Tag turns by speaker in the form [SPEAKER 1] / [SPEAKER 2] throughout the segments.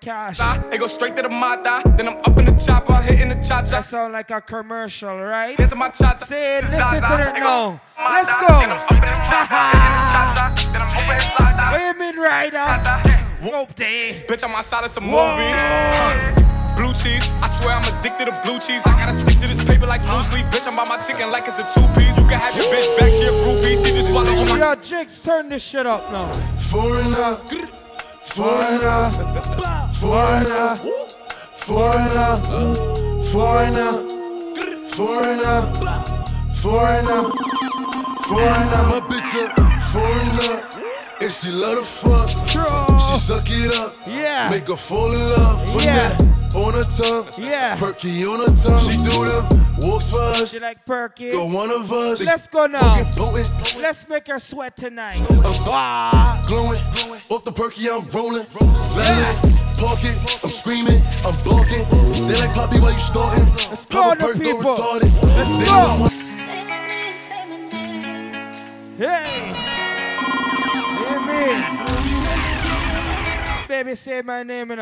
[SPEAKER 1] cash.
[SPEAKER 2] It goes straight to the mata. Then I'm up in the chopper, hitting the cha
[SPEAKER 1] That
[SPEAKER 2] cha.
[SPEAKER 1] sound like a commercial, right?
[SPEAKER 2] Dancing my cha cha.
[SPEAKER 1] Say, listen to that now. Let's
[SPEAKER 2] Then I'm up in the chopper, hitting the
[SPEAKER 1] go.
[SPEAKER 2] cha-cha. Then I'm hitting the cha-cha.
[SPEAKER 1] Wait a minute, rider. Rope day.
[SPEAKER 2] Bitch, I'm outside of some
[SPEAKER 1] Whoa.
[SPEAKER 2] movies. Blue cheese, I swear I'm addicted to blue cheese. I gotta stick to this paper like blue sleep. Bitch, I'm by my chicken like it's a two piece. You can have your bitch back, she a groupie. She just swallow all my.
[SPEAKER 1] Yo, Jigs, turn this shit up now.
[SPEAKER 3] Foreigner, foreigner, foreigner, foreigner, foreigner, foreigner, foreigner, foreigner. My bitch a foreigner, and she love to fuck. She suck it up,
[SPEAKER 1] Yeah.
[SPEAKER 3] Make her fall in love, put
[SPEAKER 1] Yeah.
[SPEAKER 3] that on her tongue,
[SPEAKER 1] Yeah.
[SPEAKER 3] Perky on her tongue. She do them walks for us,
[SPEAKER 1] You like Perky?
[SPEAKER 3] go one of us.
[SPEAKER 1] Let's go now.
[SPEAKER 3] Get potent.
[SPEAKER 1] Let's make her sweat tonight. Ah.
[SPEAKER 3] glowing. Off the perky, I'm rolling. Valiant, pocket, I'm screaming, I'm barking. They like Poppy while you starting.
[SPEAKER 1] Let's go,
[SPEAKER 3] Papa
[SPEAKER 1] the
[SPEAKER 3] perk, go
[SPEAKER 1] people.
[SPEAKER 3] retarded.
[SPEAKER 1] Let's
[SPEAKER 3] They
[SPEAKER 1] go.
[SPEAKER 3] know I want-
[SPEAKER 4] Say my name, say my name.
[SPEAKER 1] Hey! Hear me? Baby, say my name and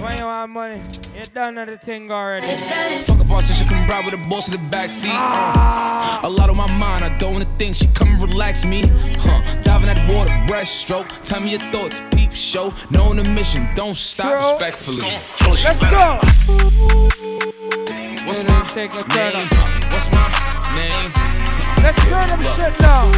[SPEAKER 1] Why you want money? You done the thing already.
[SPEAKER 2] Fuck up all she come ride with a boss in the backseat. Uh, A lot on my mind, I don't wanna think. She come and relax me. Huh. Diving at water, breaststroke. Tell me your thoughts, peep show. Knowing the mission, don't stop
[SPEAKER 1] True.
[SPEAKER 2] respectfully.
[SPEAKER 1] Let's go!
[SPEAKER 2] What's
[SPEAKER 1] Really
[SPEAKER 2] my
[SPEAKER 1] take a turn
[SPEAKER 2] name? What's my name?
[SPEAKER 1] Let's turn them shit down.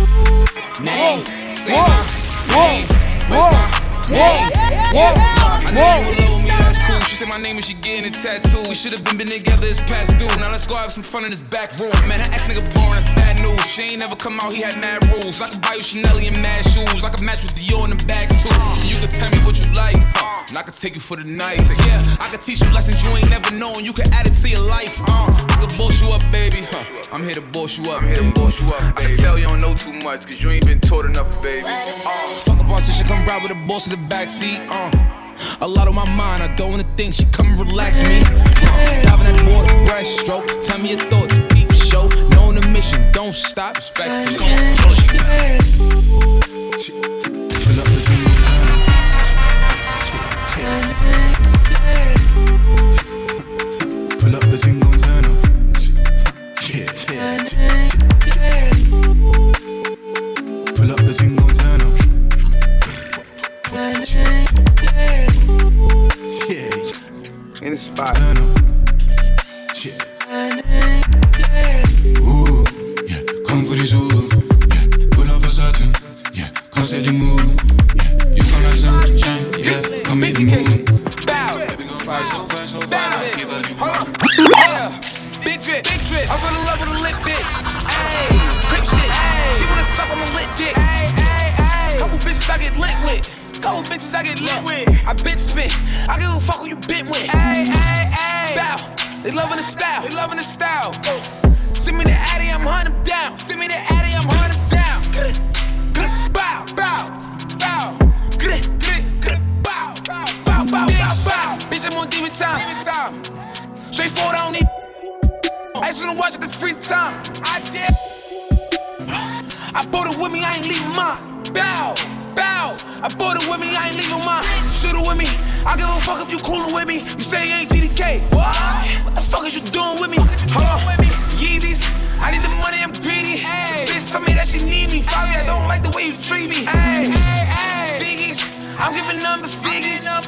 [SPEAKER 2] Name? Say
[SPEAKER 1] Whoa.
[SPEAKER 2] my name.
[SPEAKER 1] Whoa.
[SPEAKER 2] What's my name?
[SPEAKER 1] Whoa!
[SPEAKER 2] I know you love me, that's cool. She said my name and she getting a tattoo. We should have been been together, it's past due. Now let's go have some fun in this back room. Man, her ex nigga boring, that's bad news. She ain't never come out, he had mad rules. I could buy you Chanel and mad shoes. I could match with Dior in the bags too. And you could tell me what you like, uh, and I could take you for the night. Yeah, I could teach you lessons you ain't never known. You could add it to your life. Uh, I could boss you up, baby. Huh. I'm here to boss you up, baby. I can tell you don't know too much, cause you ain't been taught enough, baby. Uh, fuck a partition, come ride with a boss in the backseat. Uh, a lot on my mind, I don't wanna think. She come relax me. Uh, diving at the water, breaststroke. Tell me your thoughts, peep show. Knowing the mission, don't stop. Respectfully.
[SPEAKER 3] Fill up this new time. Pull up the single turn up. Yeah, yeah. Pull up the single turn up. Yeah,
[SPEAKER 5] In the spot.
[SPEAKER 3] turn up. Yeah. Ooh, yeah, come for this ooh. Yeah, pull up for certain. Yeah, come set the mood. Yeah, you find that sunshine. Yeah, come make the move.
[SPEAKER 2] Bow.
[SPEAKER 3] Baby, go fast, so fast, so fast. Give her the
[SPEAKER 2] Yeah. Big drip, big drip. I fell in love with a lit bitch. Ayy, crip shit. Ayy, she wanna suck on my lit dick. Ayy, ayy, ayy. Couple bitches I get lit with. Couple bitches I get lit with. I been spit. I give a fuck who you been with. Ayy, ayy, ayy. Bow. They loving the style. They loving the style. Send me the Addy, I'm hunt 'em down. Send me the Addy, I'm hunt 'em down. Grr, grr, Bow, bow, bow. Grr, grr, grr, bow, bow, bow, bow, bow. Bitch, I'm on demon time. Demon time. Straightforward, I don't need. I just wanna watch it the free time. I did. I bought it with me, I ain't leaving mine. Bow, bow. I bought it with me, I ain't leaving mine. Shoot it with me. I give a fuck if you coolin' with me. You say you ain't GDK. What? What the fuck is you doing with me? Hold on. Yeezys. I need the money, I'm greedy. Bitch told me that she need me. Probably I don't like the way you treat me. Figgies. I'm giving number figgies. Uh,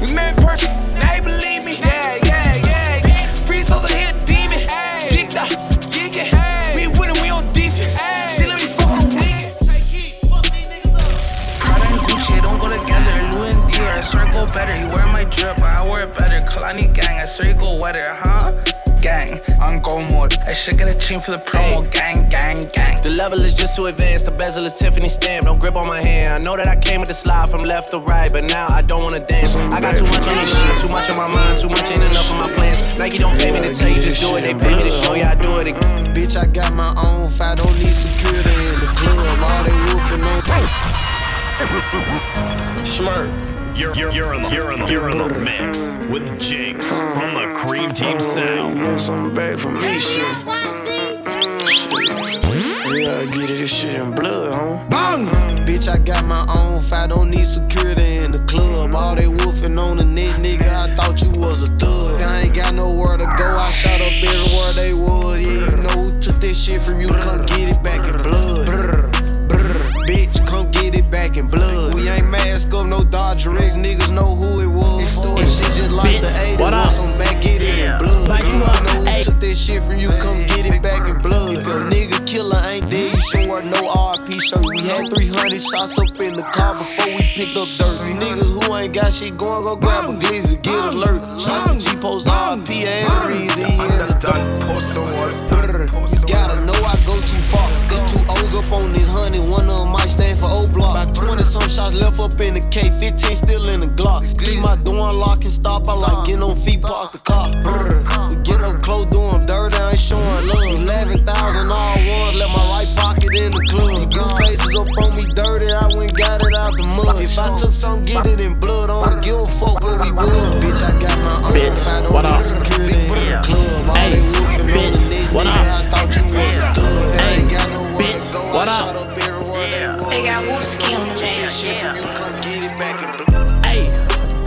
[SPEAKER 2] We met in person, now they believe me. Yeah, yeah, yeah, yeah. Free souls are here, demon. Geeked up, geeking. We winning, we on defense. She let me fuck on the weekend.
[SPEAKER 6] Prada and Gucci don't go together. Louis and Dior, I swear go better. You wear my drip, I wear it better. Kalani gang, I swear you go wetter, huh? Gang, on go mode. I should get a chain for the promo. Gang, gang, gang.
[SPEAKER 7] The level is just too advanced. The bezel is Tiffany stamp. Don't grip on my hand. I know that I came with the slide from left to right, but now I don't wanna dance. I got too much on the line, too much on my mind, too much ain't enough of my plans. Nike don't pay me to tell you just do it. They pay me to show you I do it again.
[SPEAKER 5] Bitch, I got my own fight. Don't need security in the club. All they roofing on.
[SPEAKER 8] Schmurk. You're, you're, you're, in the, you're, in the, you're in the mix with Jakes from the Cream Team Sound.
[SPEAKER 5] Yes, I'm back from
[SPEAKER 4] Turn
[SPEAKER 5] this
[SPEAKER 4] me
[SPEAKER 5] shit.
[SPEAKER 4] up, I see.
[SPEAKER 5] Yeah, I get it, this shit in blood, homie. Bang! Bitch, I got my own fight, don't need security in the club. All they wolfing Snitching on a nit, nigga, I thought you was a thug. I ain't got nowhere to go, I shot up everywhere they was. Yeah, you know who took that shit from you, come get it back in blood. Brr, brr, bitch, come get it back in blood. We ain't mask up, no Dodger X, niggas know who it was. Extort shit just like the
[SPEAKER 3] Bitch,
[SPEAKER 5] 80s,
[SPEAKER 3] what up?
[SPEAKER 5] I'm back, get it in blood.
[SPEAKER 3] Like you
[SPEAKER 5] You
[SPEAKER 3] up,
[SPEAKER 5] know
[SPEAKER 3] ayy.
[SPEAKER 5] who took that shit from you, come get it back in blood. If your nigga killer ain't there, you sure no RP shirt. We had 300 shots up in the car before we picked up dirt. Niggas who ain't got shit going, go grab a glizzy, get alert. Shots to G-Post, RP, and Reezy. in the dirt. Brr, You gotta know I go too far. Got two O's up on this honey, one of them might stand for O block. About 20 some shots left up in the K, 15 still in the Glock. Leave my door unlocked and stop. I like get on feet, park the car. Brr, We get up close, do 'em dirty, I ain't showing love. 11,000 all ones, left my right pocket in the club. Blue faces up on me dirty, I went got it out the mud. If I took some, get it in blood, I don't give a fuck what we was. Bitch, I got my own.
[SPEAKER 3] Bitch,
[SPEAKER 5] I don't
[SPEAKER 3] what
[SPEAKER 5] need
[SPEAKER 3] up?
[SPEAKER 5] security in the club. All
[SPEAKER 3] Hey,
[SPEAKER 5] they looking on
[SPEAKER 3] bitch,
[SPEAKER 5] the nigga,
[SPEAKER 3] what up?
[SPEAKER 5] I thought you was a thug. I ain't got nowhere
[SPEAKER 3] bitch,
[SPEAKER 5] to go. I
[SPEAKER 3] what up?
[SPEAKER 5] shot up everywhere they was.
[SPEAKER 9] They got
[SPEAKER 5] Yeah,
[SPEAKER 9] whiskey
[SPEAKER 5] you know,
[SPEAKER 9] on the
[SPEAKER 5] take that
[SPEAKER 9] table,
[SPEAKER 5] shit from
[SPEAKER 9] yeah.
[SPEAKER 5] you, come get it back in the
[SPEAKER 3] Hey,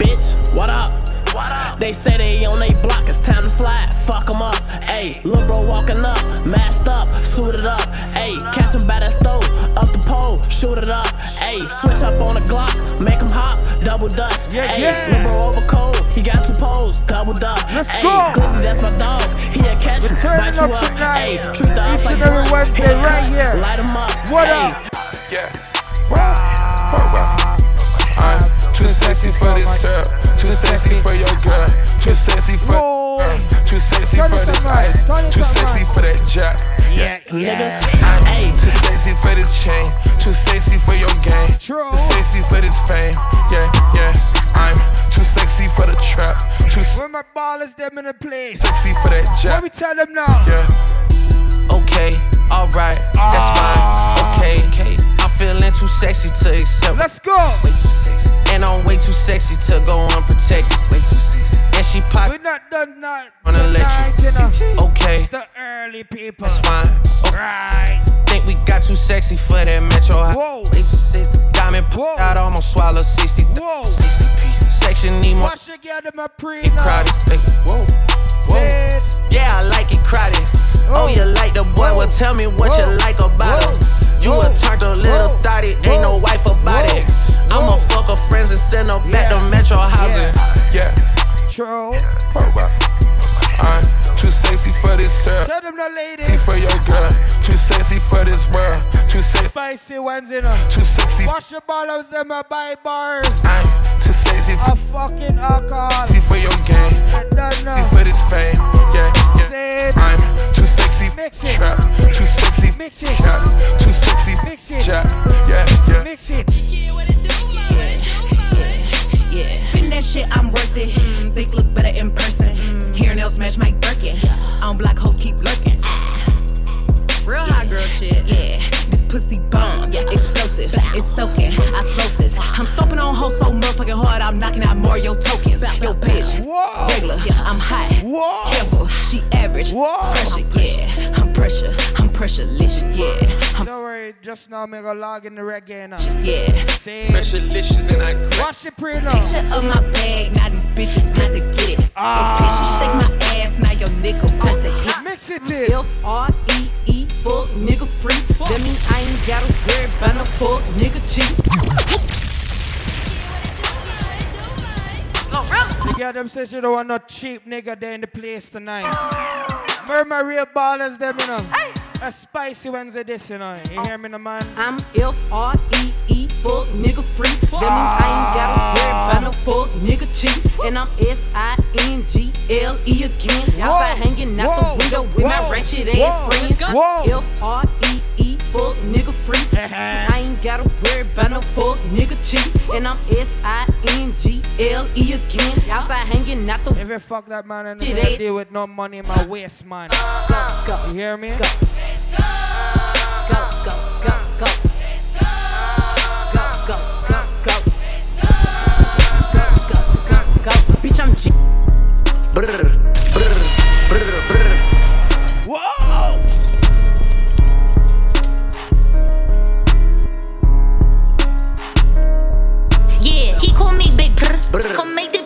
[SPEAKER 3] bitch, what up? What up? They say they on they block, it's time to slide. Fuck 'em up. Hey, lil bro walking up, masked up, suited up. Hey, catch him by that stove, up the pole, shoot it up. Hey, switch up on the Glock, make 'em hop, double dutch.
[SPEAKER 1] Yeah,
[SPEAKER 3] hey,
[SPEAKER 1] yeah.
[SPEAKER 3] lil bro over cold, he got two poles, double up.
[SPEAKER 1] Let's
[SPEAKER 3] hey,
[SPEAKER 1] go.
[SPEAKER 3] Glizzy, that's my dog, he'll catch you,
[SPEAKER 1] Returning
[SPEAKER 3] bite you
[SPEAKER 1] up
[SPEAKER 3] up.
[SPEAKER 1] tonight.
[SPEAKER 3] Hey, treat the
[SPEAKER 1] Each
[SPEAKER 3] ops like
[SPEAKER 1] and every
[SPEAKER 3] blunts,
[SPEAKER 1] Wednesday
[SPEAKER 3] hit a
[SPEAKER 1] right
[SPEAKER 3] cut,
[SPEAKER 1] here.
[SPEAKER 3] Light 'em up.
[SPEAKER 1] What
[SPEAKER 3] hey,
[SPEAKER 1] up?
[SPEAKER 10] Yeah. Wow. Wow, wow. I'm too sexy for this syrup. Too sexy for your girl. Too sexy for. uh,
[SPEAKER 1] Whoa.
[SPEAKER 10] Too sexy
[SPEAKER 1] Turn
[SPEAKER 10] for
[SPEAKER 1] it
[SPEAKER 10] this
[SPEAKER 1] up,
[SPEAKER 10] ice.
[SPEAKER 1] turn
[SPEAKER 10] Too
[SPEAKER 1] it up,
[SPEAKER 10] sexy
[SPEAKER 1] man.
[SPEAKER 10] for that jack.
[SPEAKER 1] Yeah, yeah.
[SPEAKER 3] Nigga, hey,
[SPEAKER 10] Too sexy for this chain. Too sexy for your game.
[SPEAKER 1] True.
[SPEAKER 10] Too sexy for this fame. Yeah, yeah. I'm too sexy for the trap. Too
[SPEAKER 1] Where my ballers, them in the place.
[SPEAKER 10] sexy for that
[SPEAKER 1] Let
[SPEAKER 10] jack.
[SPEAKER 1] me tell them now.
[SPEAKER 10] Yeah.
[SPEAKER 7] Okay, alright, that's fine. Okay, I'm feeling too sexy to accept.
[SPEAKER 1] Ah. Let's go.
[SPEAKER 7] And I'm way too sexy to go unprotected. Way too sexy. And she
[SPEAKER 1] We're
[SPEAKER 7] pop.
[SPEAKER 1] not done not
[SPEAKER 7] Wanna let you- Okay,
[SPEAKER 1] The early people.
[SPEAKER 7] that's fine. Okay,
[SPEAKER 1] Right.
[SPEAKER 7] think we got too sexy for that metro. High.
[SPEAKER 1] Whoa.
[SPEAKER 7] Way too sexy. Diamond
[SPEAKER 1] Whoa.
[SPEAKER 7] popped out, almost swallow 60.
[SPEAKER 1] Whoa.
[SPEAKER 7] 60 pieces. Section need more
[SPEAKER 1] Watch together my pre.
[SPEAKER 7] crowded. Hey, whoa. Whoa.
[SPEAKER 1] Dead.
[SPEAKER 7] Yeah, I like it crowded.
[SPEAKER 1] Whoa.
[SPEAKER 7] Oh, you like the boy? Well, tell me what
[SPEAKER 1] Whoa.
[SPEAKER 7] you like about
[SPEAKER 1] Whoa.
[SPEAKER 7] him. You
[SPEAKER 1] Whoa.
[SPEAKER 7] a turned a little
[SPEAKER 1] Whoa.
[SPEAKER 7] thotty, ain't no
[SPEAKER 1] Whoa.
[SPEAKER 7] wife about
[SPEAKER 1] Whoa.
[SPEAKER 7] it. I'ma fuck her friends and send her back
[SPEAKER 1] Yeah.
[SPEAKER 7] to Metro housing.
[SPEAKER 10] Yeah.
[SPEAKER 1] True.
[SPEAKER 10] Wow, wow. I'm too sexy for this syrup.
[SPEAKER 1] Tell them the ladies.
[SPEAKER 10] sexy for your girl. Too sexy for this world. Too sexy,
[SPEAKER 1] Spicy ones in a.
[SPEAKER 10] too sexy.
[SPEAKER 1] Watch the ballers, them a buy bars.
[SPEAKER 10] I'm too sexy
[SPEAKER 1] A fucking alcohol.
[SPEAKER 10] f- for your game.
[SPEAKER 1] I don't
[SPEAKER 10] Sexy
[SPEAKER 1] know.
[SPEAKER 10] for this fame. Yeah, yeah.
[SPEAKER 1] Say it.
[SPEAKER 10] I'm too sexy for
[SPEAKER 1] Mix it.
[SPEAKER 10] trap. Too sexy for
[SPEAKER 1] Mix it.
[SPEAKER 10] trap. Too sexy for
[SPEAKER 1] Mix it.
[SPEAKER 10] trap. Yeah, yeah.
[SPEAKER 1] Mix it.
[SPEAKER 9] Yeah. Spin that shit, I'm worth it. Think look better in person. Hair nails match Mike Birkin. On block hoes keep lurking. Real hot girl shit. Yeah. This pussy bomb. Yeah. Explosive. It's soaking. Osmosis. I'm stomping on hoes so motherfucking hard. I'm knocking out more of your tokens. Yo bitch.
[SPEAKER 1] Whoa.
[SPEAKER 9] Regular. I'm hot.
[SPEAKER 1] Whoa.
[SPEAKER 9] Careful. She average.
[SPEAKER 1] Whoa.
[SPEAKER 9] Pressure. Yeah. I'm pressure. I'm pressurelicious. Yeah. I'm
[SPEAKER 1] Don't worry, just now me go log in the reggae now.
[SPEAKER 9] precious. Yeah.
[SPEAKER 1] Say it.
[SPEAKER 10] and I crack.
[SPEAKER 1] Watch the pre now.
[SPEAKER 9] Picture of my bag, now these bitches press to get it.
[SPEAKER 1] Ah.
[SPEAKER 9] Ah. Shake my ass, now your nigga press to hit.
[SPEAKER 1] Mix it in.
[SPEAKER 9] R E E, full nigga free. That mean I ain't gotta worry about no full nigga cheat.
[SPEAKER 1] You get them says you don't want no cheap nigga there in the place tonight. Where my real ballers them, you know. A spicy Wednesday this, you know. You hear me, the man?
[SPEAKER 9] Oh. I'm L R E E, full nigga free. That mean I ain't gotta worry about no full nigga cheat. And I'm S I N G L E again.
[SPEAKER 1] Whoa.
[SPEAKER 9] Outside hanging out
[SPEAKER 1] Whoa.
[SPEAKER 9] the window with
[SPEAKER 1] Whoa.
[SPEAKER 9] my wretched ass
[SPEAKER 1] Whoa.
[SPEAKER 9] friends.
[SPEAKER 1] Whoa. Uh-huh.
[SPEAKER 9] L R E E, full nigga free. I ain't gotta worry about no full nigga cheat. And I'm S I N G L E again. Outside hanging out the
[SPEAKER 1] If you fuck that man and
[SPEAKER 9] Shit
[SPEAKER 1] you
[SPEAKER 9] ain't-
[SPEAKER 1] deal with no money in my waist, man.
[SPEAKER 9] go,
[SPEAKER 1] You hear me?
[SPEAKER 9] go, go, go, go, go. Go, go, go, go. Go, go, go, go. Bitch, I'm G.
[SPEAKER 5] Brr, brr, brr, brr.
[SPEAKER 1] Whoa!
[SPEAKER 11] Yeah, he call me Big Brr.
[SPEAKER 5] Brr.
[SPEAKER 11] Come make the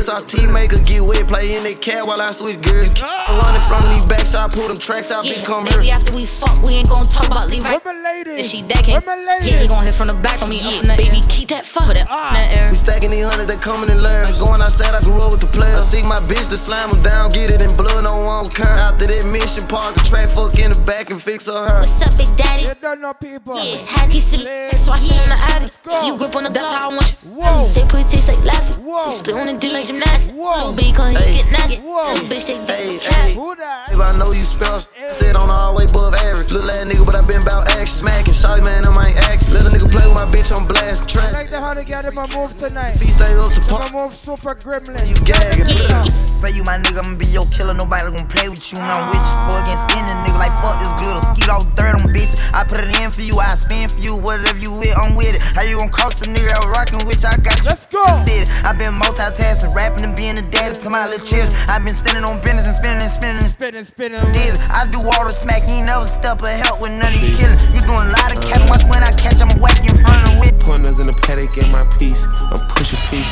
[SPEAKER 5] wet, play in that cat while I switch gears.
[SPEAKER 3] Ah.
[SPEAKER 5] Running from these backs, I pull them tracks out, bitch, come here.
[SPEAKER 11] Maybe after we fuck, we ain't gon' talk about Levi. Where
[SPEAKER 1] my lady?
[SPEAKER 11] Is she that can? Yeah, he gon' hit from the back on me. Up in the Baby, keep that fuck with that up in the air.
[SPEAKER 5] We stacking these hundreds, they coming in large. Going outside, I grew up with the players. I seek my bitch to slam them down, get it in blood, no one care. After that mission, park the track, fuck in the back and fix her her.
[SPEAKER 11] What's up, big daddy? You
[SPEAKER 1] don't know people.
[SPEAKER 11] Yeah, it's hot. He see me, text, so I sit in the attic. You grip on the that's how I want you. Whoa. Say put taste like laughing. Whoa. You spit on the dick like gymnastics. Whoa. Little B come here, get nasty. Little bitch, take dick from cat.
[SPEAKER 5] Babe, I know you spell. Said on all way above average. Little ass nigga, but I been about action. Smacking, shawty man, I might act. Little nigga play with my bitch, I'm blast track.
[SPEAKER 1] Like the hundred got in my moves tonight.
[SPEAKER 5] Feast stay up to
[SPEAKER 1] pump. My move super gremlin.
[SPEAKER 5] You gagging.
[SPEAKER 1] Yeah.
[SPEAKER 12] Say you my nigga, I'ma be your killer. Nobody gon' play with you. And I'm with you. Go against any nigga. Like fuck this glitter. Skeet off third on bitch. I put it in for you. I spin for you. Whatever you with, I'm with it. How you gon' cross a nigga that rockin' with you? I got you. Let's go. I been multitasking, rapping and being a daddy to my little children. I been spinning on business and spinning and spinning and
[SPEAKER 1] spinning and spinning.
[SPEAKER 12] This, I do all the smack. You ain't never step or help with none of these killers. You doing a lot of cat. Watch when I catch, I'm whack in front of with.
[SPEAKER 10] Pointers in the paddock in my piece. I'm pushing peace.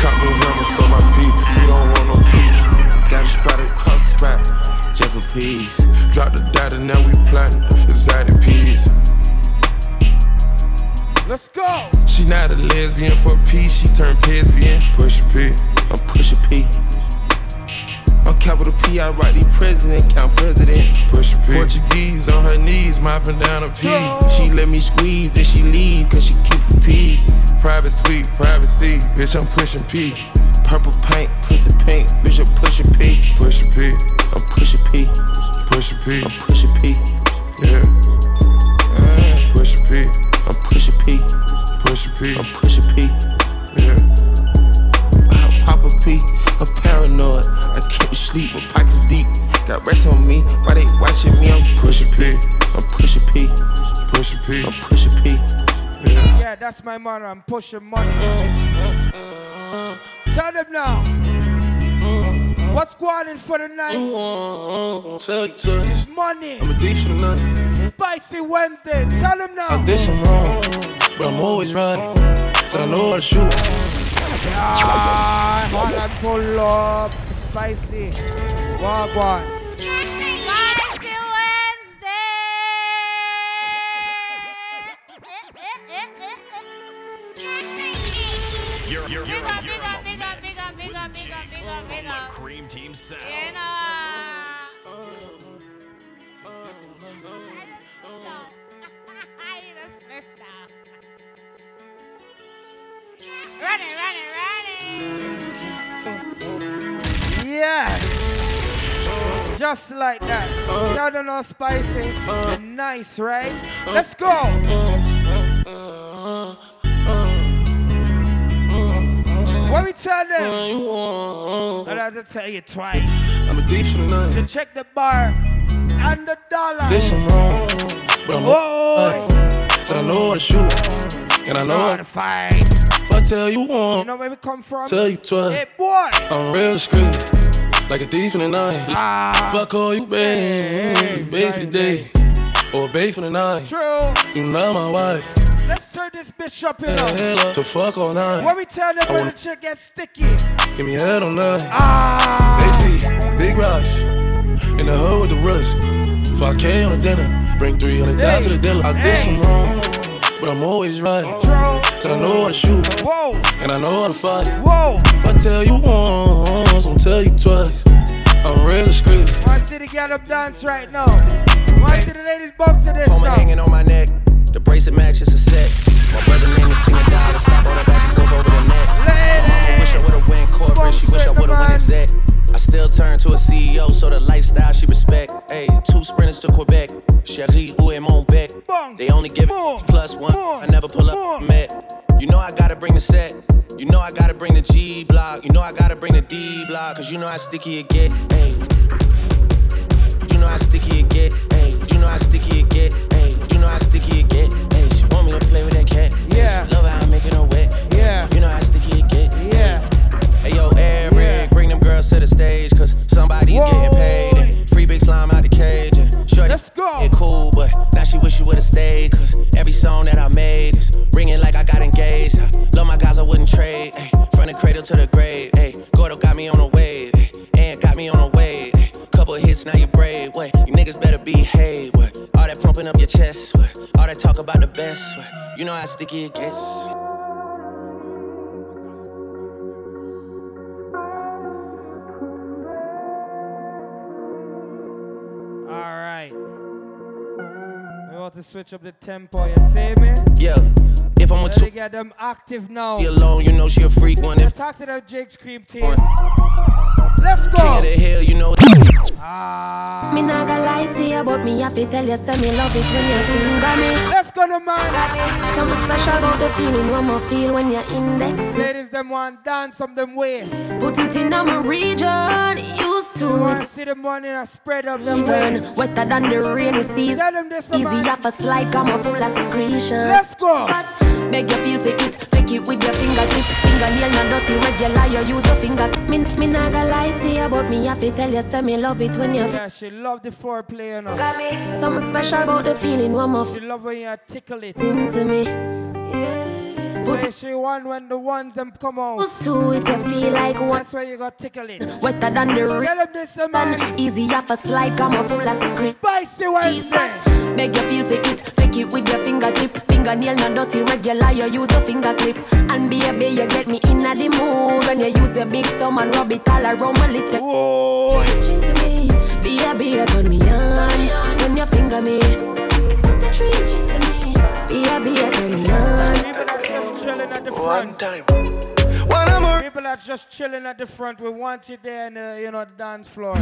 [SPEAKER 10] Caught me numbers for my beat. You don't want no peace. Got a spot at cross spot. Jeff a piece. Drop the dot and now we plotting. Exotic peas.
[SPEAKER 1] Let's go.
[SPEAKER 10] She not a lesbian for a piece. She turned lesbian. Push a P. I'm push a P. On capital P, I write the president, count presidents. Push a P. Portuguese on her knees, mopping down a P. She let me squeeze and she leave, cause she keep a P. Private suite, privacy, bitch, I'm pushing P. Purple paint, pussy pink, bitch, I'm pushing P. Push a P. I'm pushing P. Push a P. I'm pushing P. Yeah. Uh, push a P. I'm pushing P. Push a P. I'm pushing P. Yeah. I pop a P. I'm paranoid. I can't sleep. My pockets deep. Got rest on me. Why they watching me? I'm pushing P. I'm pushing P. Push a P. I'm pushing P. Yeah.
[SPEAKER 1] Yeah, that's my mother. I'm pushing money. Tell them now. What's going on for the night? It's money.
[SPEAKER 10] I'm a thief for the night.
[SPEAKER 1] Spicy Wednesday. Tell them now.
[SPEAKER 10] I did some wrong, but I'm always running. So I know how to shoot.
[SPEAKER 1] Ah, hold on, pull up. Spicy. Wagwan.
[SPEAKER 3] You're, you're, you're,
[SPEAKER 8] Big
[SPEAKER 3] on-
[SPEAKER 8] up,
[SPEAKER 3] you're
[SPEAKER 8] big
[SPEAKER 3] on
[SPEAKER 8] up,
[SPEAKER 3] the
[SPEAKER 8] big up,
[SPEAKER 3] mix
[SPEAKER 8] big up, big up,
[SPEAKER 3] with
[SPEAKER 8] big up,
[SPEAKER 3] Jake's
[SPEAKER 8] big up, big
[SPEAKER 3] on the
[SPEAKER 8] up.
[SPEAKER 3] Cream Team Sound.
[SPEAKER 8] You know. Oh. Run it, run it, run
[SPEAKER 1] Yeah. Just like that. Y'all don't know spicy. nice, right? Let's go. What we tell them? I have to tell you twice.
[SPEAKER 10] I'm a thief for the night.
[SPEAKER 1] To check the bar and the dollar.
[SPEAKER 10] Did some wrong, but I'm always running. So I know how to shoot. And I know how to
[SPEAKER 1] fight.
[SPEAKER 10] I tell you
[SPEAKER 1] You
[SPEAKER 10] one,
[SPEAKER 1] know where we come from?
[SPEAKER 10] tell you twice.
[SPEAKER 1] Hey, boy.
[SPEAKER 10] I'm real discreet, like a thief in the night.
[SPEAKER 1] Ah.
[SPEAKER 10] Fuck all you been, you babe for the day, or babe for the night.
[SPEAKER 1] True.
[SPEAKER 10] You not my wife,
[SPEAKER 1] Let's turn this bitch up here.
[SPEAKER 10] yeah, hell up. So fuck all night.
[SPEAKER 1] What we tell them
[SPEAKER 10] I
[SPEAKER 1] when
[SPEAKER 10] wanna-
[SPEAKER 1] the chick gets sticky? Ah,
[SPEAKER 10] Give me head on nine. Big D, big rocks. In the hood with the realest. 5K on the dinner. Bring 300 down to the dealer. I did some wrong, but I'm always right. Cause I know how to shoot. And I know how to fight. If I tell you once, I'll tell you twice. I'm real discreet.
[SPEAKER 1] One city gallop dance right now. One city ladies bump to this
[SPEAKER 7] Poma
[SPEAKER 1] song.
[SPEAKER 7] hanging on my neck. The bracelet match is a set. My brother name is Tina Dollar. Stop on the back, it goes over the net. Mama wish I would've win corporate. She wish I would've win exec. I still turn to a CEO, so the lifestyle she respect. Hey, two sprinters to Quebec. Cherie, ou et mon bec. They only give it plus one. I never pull up met. You know I gotta bring the set. You know I gotta bring the G block. You know I gotta bring the D block. Cause you know how sticky it get. Hey. You know how sticky it get, ayy. You know how sticky it get, ayy. You know how sticky it get, ayy. She want me to play with that cat, ayy.
[SPEAKER 1] Yeah.
[SPEAKER 7] She love how I make it her wet, yeah. You know how sticky it get,
[SPEAKER 1] yeah.
[SPEAKER 7] Hey yo, Eric, bring them girls to the stage, cause somebody's getting paid. And free big slime out the cage, and shorty Let's go. It cool, but now she wish she would've stayed, cause every song that I made is ringing like I got engaged. I love my guys, I wouldn't trade, ayy. From the cradle to the grave, ayy. Gordo got me on the wave, ayy. now you brave. Wait, you niggas better behave. What? All that pumping up your chest. What? All that talk about the best. What? You know how sticky it gets.
[SPEAKER 1] All right. We want to switch up the tempo, you see me?
[SPEAKER 7] Yeah. If I'm with
[SPEAKER 1] Let me
[SPEAKER 7] two
[SPEAKER 1] get them active now.
[SPEAKER 7] alone, you know she a freak one.
[SPEAKER 1] Now
[SPEAKER 7] If
[SPEAKER 1] talk to the Jake's Cream team. Let's go.
[SPEAKER 7] king of the hill, you know.
[SPEAKER 13] Me nah gonna lie to you, but me have to tell you, say me love it when you finger me.
[SPEAKER 1] Let's go to man.
[SPEAKER 13] Something special about the feeling, one more feel when you index it.
[SPEAKER 1] Ladies, them want dance some them ways.
[SPEAKER 13] Put it in my region, used to
[SPEAKER 1] Wanna
[SPEAKER 13] it.
[SPEAKER 1] see the money and spread up them
[SPEAKER 13] Even
[SPEAKER 1] ways.
[SPEAKER 13] wetter than the rainy season.
[SPEAKER 1] Tell them this,
[SPEAKER 13] Easy off a slide, come on full of secretion.
[SPEAKER 1] Let's go.
[SPEAKER 13] But beg you feel for it, flick it with your fingertip. Fingernail not dirty, regular, you use a finger. Me, me nah gonna lie to you, but me have to tell you, say me love it when you.
[SPEAKER 1] Yeah, she love the foreplay and
[SPEAKER 13] Something special about the feeling, one more
[SPEAKER 1] She love when you tickle it.
[SPEAKER 13] into me.
[SPEAKER 1] Say she want when the ones them come out.
[SPEAKER 13] Used to if you feel like one.
[SPEAKER 1] That's why you got tickle it.
[SPEAKER 13] Wetter than the rain.
[SPEAKER 1] Tell them this, uh, man.
[SPEAKER 13] Easy off a slide, come on full of secret.
[SPEAKER 1] Spicy Wednesday.
[SPEAKER 13] Beg you feel for it, flick it with your fingertip. Fingernail not dirty, regular, you use a finger clip. And baby, you get me in a the mood when you use your big thumb and rub it all around my little.
[SPEAKER 1] Whoa.
[SPEAKER 13] Into me, baby, you turn me on. When you finger me, put the tree into me. Baby, you turn me on.
[SPEAKER 1] People that's just chilling at the front.
[SPEAKER 7] One time.
[SPEAKER 1] People that's just chilling at the front. We want you there in the, you know, the dance floor.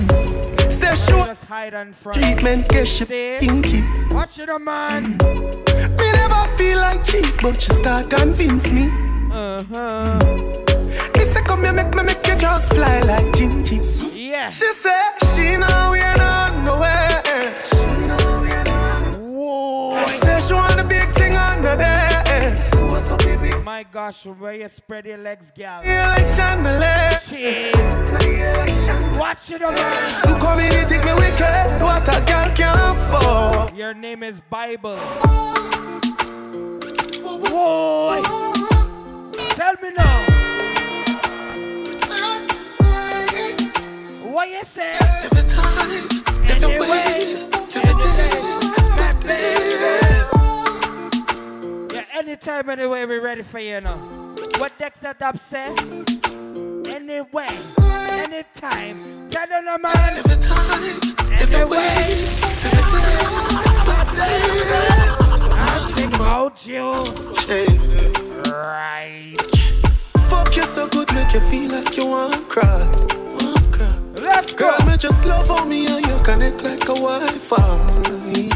[SPEAKER 1] Just hide in front.
[SPEAKER 14] Treatment gets you
[SPEAKER 1] See?
[SPEAKER 14] kinky.
[SPEAKER 1] Watch it, man.
[SPEAKER 14] Me never feel like cheap, but she start convince me.
[SPEAKER 1] Uh-huh.
[SPEAKER 14] Me say come here, make me make you just fly like Gingy.
[SPEAKER 1] Yeah.
[SPEAKER 14] She say she know we not nowhere. She know we not.
[SPEAKER 1] Whoa.
[SPEAKER 14] Say she want a big thing under there. What's up, baby?
[SPEAKER 1] My gosh, where you spread your legs, gal.
[SPEAKER 14] Election, my leg.
[SPEAKER 1] Jeez. Watch it, oh, man.
[SPEAKER 14] You come in, you take me wicked. What a girl can't afford. Oh.
[SPEAKER 1] Your name is Bible.
[SPEAKER 14] Boy.
[SPEAKER 1] Tell me now. What you say? Anyways, anyways, yeah, anytime, anyway, we ready for you now. What Dexter Dub said? Anyway, anytime. Tell them, the man. Anyways, I think about you. Right.
[SPEAKER 14] Fuck you so good, make you feel like you want to cry.
[SPEAKER 1] Let's
[SPEAKER 14] go. Girl, me just love on me and you connect like a Wi-Fi. You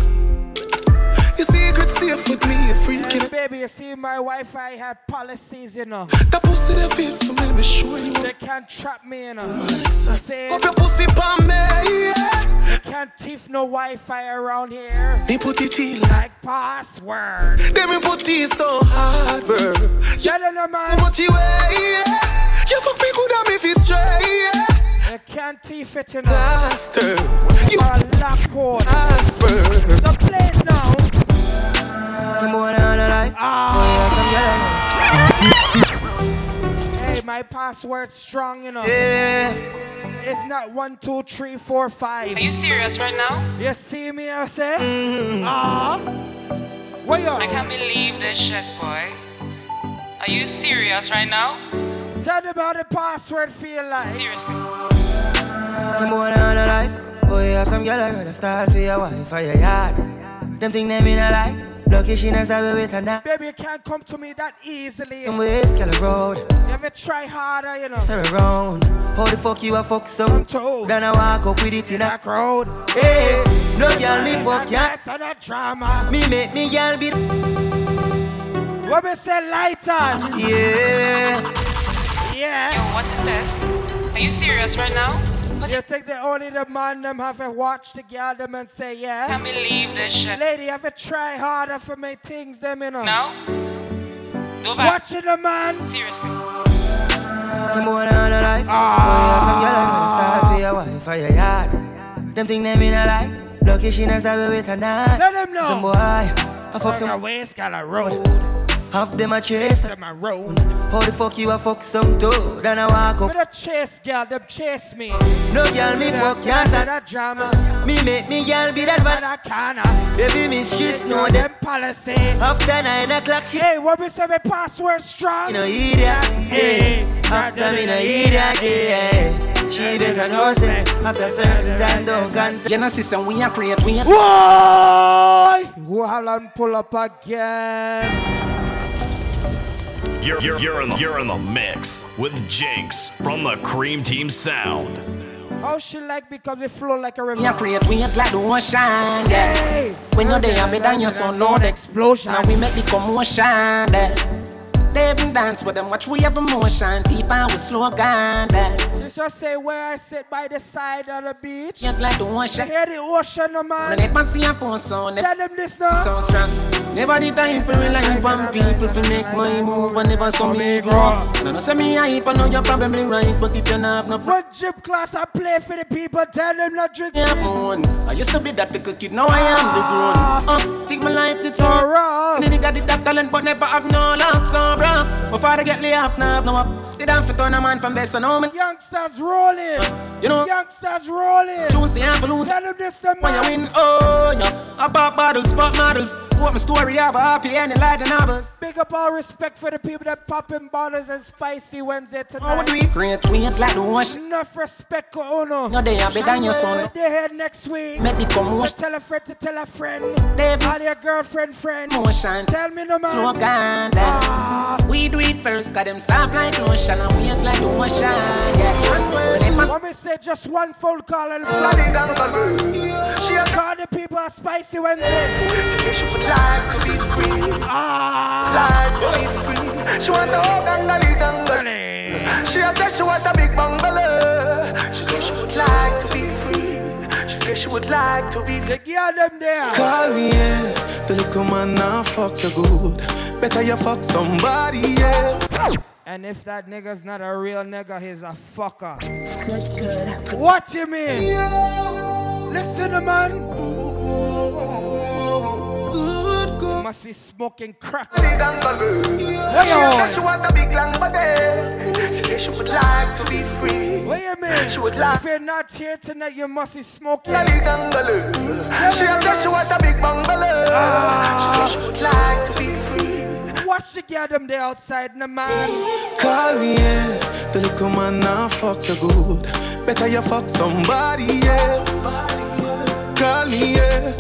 [SPEAKER 14] see, you could see it with me, you freaking.
[SPEAKER 1] Baby, you see my Wi-Fi had policies, you know.
[SPEAKER 14] That pussy that feel for me, be sure you
[SPEAKER 1] They can't trap me, you know. Say,
[SPEAKER 14] Up your pussy for me, yeah.
[SPEAKER 1] can't thief no Wi-Fi around here.
[SPEAKER 14] Me put it in like
[SPEAKER 1] Password.
[SPEAKER 14] Then me put it so hard, bro. You
[SPEAKER 1] don't know, man.
[SPEAKER 14] What you weigh, yeah. You fuck me good, I'm if it's straight, yeah.
[SPEAKER 1] You can't thief it, you know.
[SPEAKER 14] Blaster.
[SPEAKER 1] You are lock code. So play it now.
[SPEAKER 14] Some more than a life.
[SPEAKER 1] Ah. Hey, my password's strong, you know.
[SPEAKER 14] Yeah.
[SPEAKER 1] It's not one, two, three, four, five. Are you
[SPEAKER 9] serious right now?
[SPEAKER 1] You see me, I say?
[SPEAKER 14] Mm-hmm.
[SPEAKER 1] Ah. Where you
[SPEAKER 9] I can't believe this shit, boy. Are you serious right now?
[SPEAKER 1] Tell them how the password feel like.
[SPEAKER 9] Seriously.
[SPEAKER 3] Some boy on a life. Boy, have some girl I rather start for your wife for your yard. Them thing them in a lie. Lucky she not stab it with a knife.
[SPEAKER 1] Baby, you can't come to me that easily.
[SPEAKER 3] Come with this girl road.
[SPEAKER 1] Let me try harder, you know.
[SPEAKER 3] Mess her around. How the fuck you a fuck so? Then I walk up with it in a
[SPEAKER 1] crowd.
[SPEAKER 3] Hey, no girl me fuck ya.
[SPEAKER 1] That's not drama.
[SPEAKER 3] Me make me girl be.
[SPEAKER 1] What me say light on?
[SPEAKER 3] Yeah.
[SPEAKER 1] Yeah.
[SPEAKER 9] Yo, what is this? Are you serious right now?
[SPEAKER 1] You think that only the man them have to watch the girl them and say yeah?
[SPEAKER 9] Can't believe this shit.
[SPEAKER 1] Lady, have to try harder for my things them, you know.
[SPEAKER 9] No? Dova.
[SPEAKER 1] Watching the man.
[SPEAKER 9] Seriously.
[SPEAKER 3] Some boy on a life. Boy,
[SPEAKER 1] Ah.
[SPEAKER 3] have some girl I rather start for your wife for your yard. Them thing them in a lie. Lucky she not stab it with a knife.
[SPEAKER 1] Tell them no.
[SPEAKER 3] Some boy, I fuck some.
[SPEAKER 1] Waste got a road.
[SPEAKER 15] Half them a chase. How the fuck you a fuck some dude? Then I walk up.
[SPEAKER 1] Them chase, girl, them chase me.
[SPEAKER 15] No girl, me
[SPEAKER 1] That-
[SPEAKER 15] fuck yes.
[SPEAKER 1] that-
[SPEAKER 15] That drama. Me make me girl be that man.
[SPEAKER 1] I canna.
[SPEAKER 15] Baby, miss she know them
[SPEAKER 1] policy.
[SPEAKER 15] After nine o'clock, she.
[SPEAKER 1] Hey, what me say? My password strong.
[SPEAKER 15] You know hear that, yeah. After me no hear that, yeah. She been a nose after certain time don't contact.
[SPEAKER 14] You know, sister, we are create, we are.
[SPEAKER 1] Why? Wallan pull up again.
[SPEAKER 8] You're, you're, you're, in, you're in the mix with Jinx from the Cream Team Sound.
[SPEAKER 1] How she like becomes the flow like a river.
[SPEAKER 14] We are create waves like the ocean, yeah. When you're there, me down your sound load explosion, and we make the commotion. Yeah. They even dance with them, watch we have emotion, deep and we slow down. Yeah.
[SPEAKER 1] She just say where I sit by the side of the beach.
[SPEAKER 14] Waves like the ocean.
[SPEAKER 1] You hear the ocean, no man.
[SPEAKER 14] When they pass the phone sound, they
[SPEAKER 1] Tell them this now.
[SPEAKER 14] sound strong. Never the time for rely on people to make my move, and never saw me grow up. No, no, say me hype, I know you're probably right, but if you not have no
[SPEAKER 1] One gym class I play for the people, tell them not drink.
[SPEAKER 14] Yeah, moon. I used to be that little kid, now I am the grown. Uh, think my life is so rough. Nearly got the that talent, but never have no luck, so bro. My father get laid off, now have no up. They done for turn a man from best, and now me Uh,
[SPEAKER 1] Youngsters rolling.
[SPEAKER 14] you know,
[SPEAKER 1] youngsters rolling.
[SPEAKER 14] Juicy and balloons.
[SPEAKER 1] Tell them this the
[SPEAKER 14] when you
[SPEAKER 1] man.
[SPEAKER 14] win, oh yeah. I pop bottles, pop models. What my story, I have a happy ending like the novels.
[SPEAKER 1] Big up all respect for the people that popping bottles and spicy Wednesday tonight.
[SPEAKER 14] How Oh, do we create waves like the ocean?
[SPEAKER 1] Enough respect, oh no.
[SPEAKER 14] No, they are better than your son.
[SPEAKER 1] They head next week.
[SPEAKER 14] Make the commotion.
[SPEAKER 1] Tell a friend to tell a friend. All your girlfriend friend.
[SPEAKER 14] Motion.
[SPEAKER 1] Tell me no Ah. man.
[SPEAKER 14] Slow down, then. We do it first, got them soft like ocean and waves like the ocean. Yeah, and when they pass
[SPEAKER 1] Let me say just one phone call and fly down the Call the people a spicy Wednesday.
[SPEAKER 16] Ah. She want a hug and a lead and go. She a say she want a big bungalow. She say she would like to be free. She say she would like to be free.
[SPEAKER 1] girl them there.
[SPEAKER 3] Call me, yeah. The little man now fuck you good. Better you fuck somebody, yeah.
[SPEAKER 1] And if that nigga's not a real nigga, he's a fucker. What you mean? Listen to man. Must be smoking crack.
[SPEAKER 16] She a say
[SPEAKER 1] Hey,
[SPEAKER 16] she
[SPEAKER 1] yo.
[SPEAKER 16] want a big long body. She say she would like to be free.
[SPEAKER 1] Wait a minute. If you're not here tonight, you must be smoking.
[SPEAKER 16] She a say she want a big bungalow. She say she would like to be free.
[SPEAKER 1] Watch the girl them there outside, no man.
[SPEAKER 3] Call me, yeah. The little man now fuck you good. Better you fuck somebody, yeah. Call me, yeah.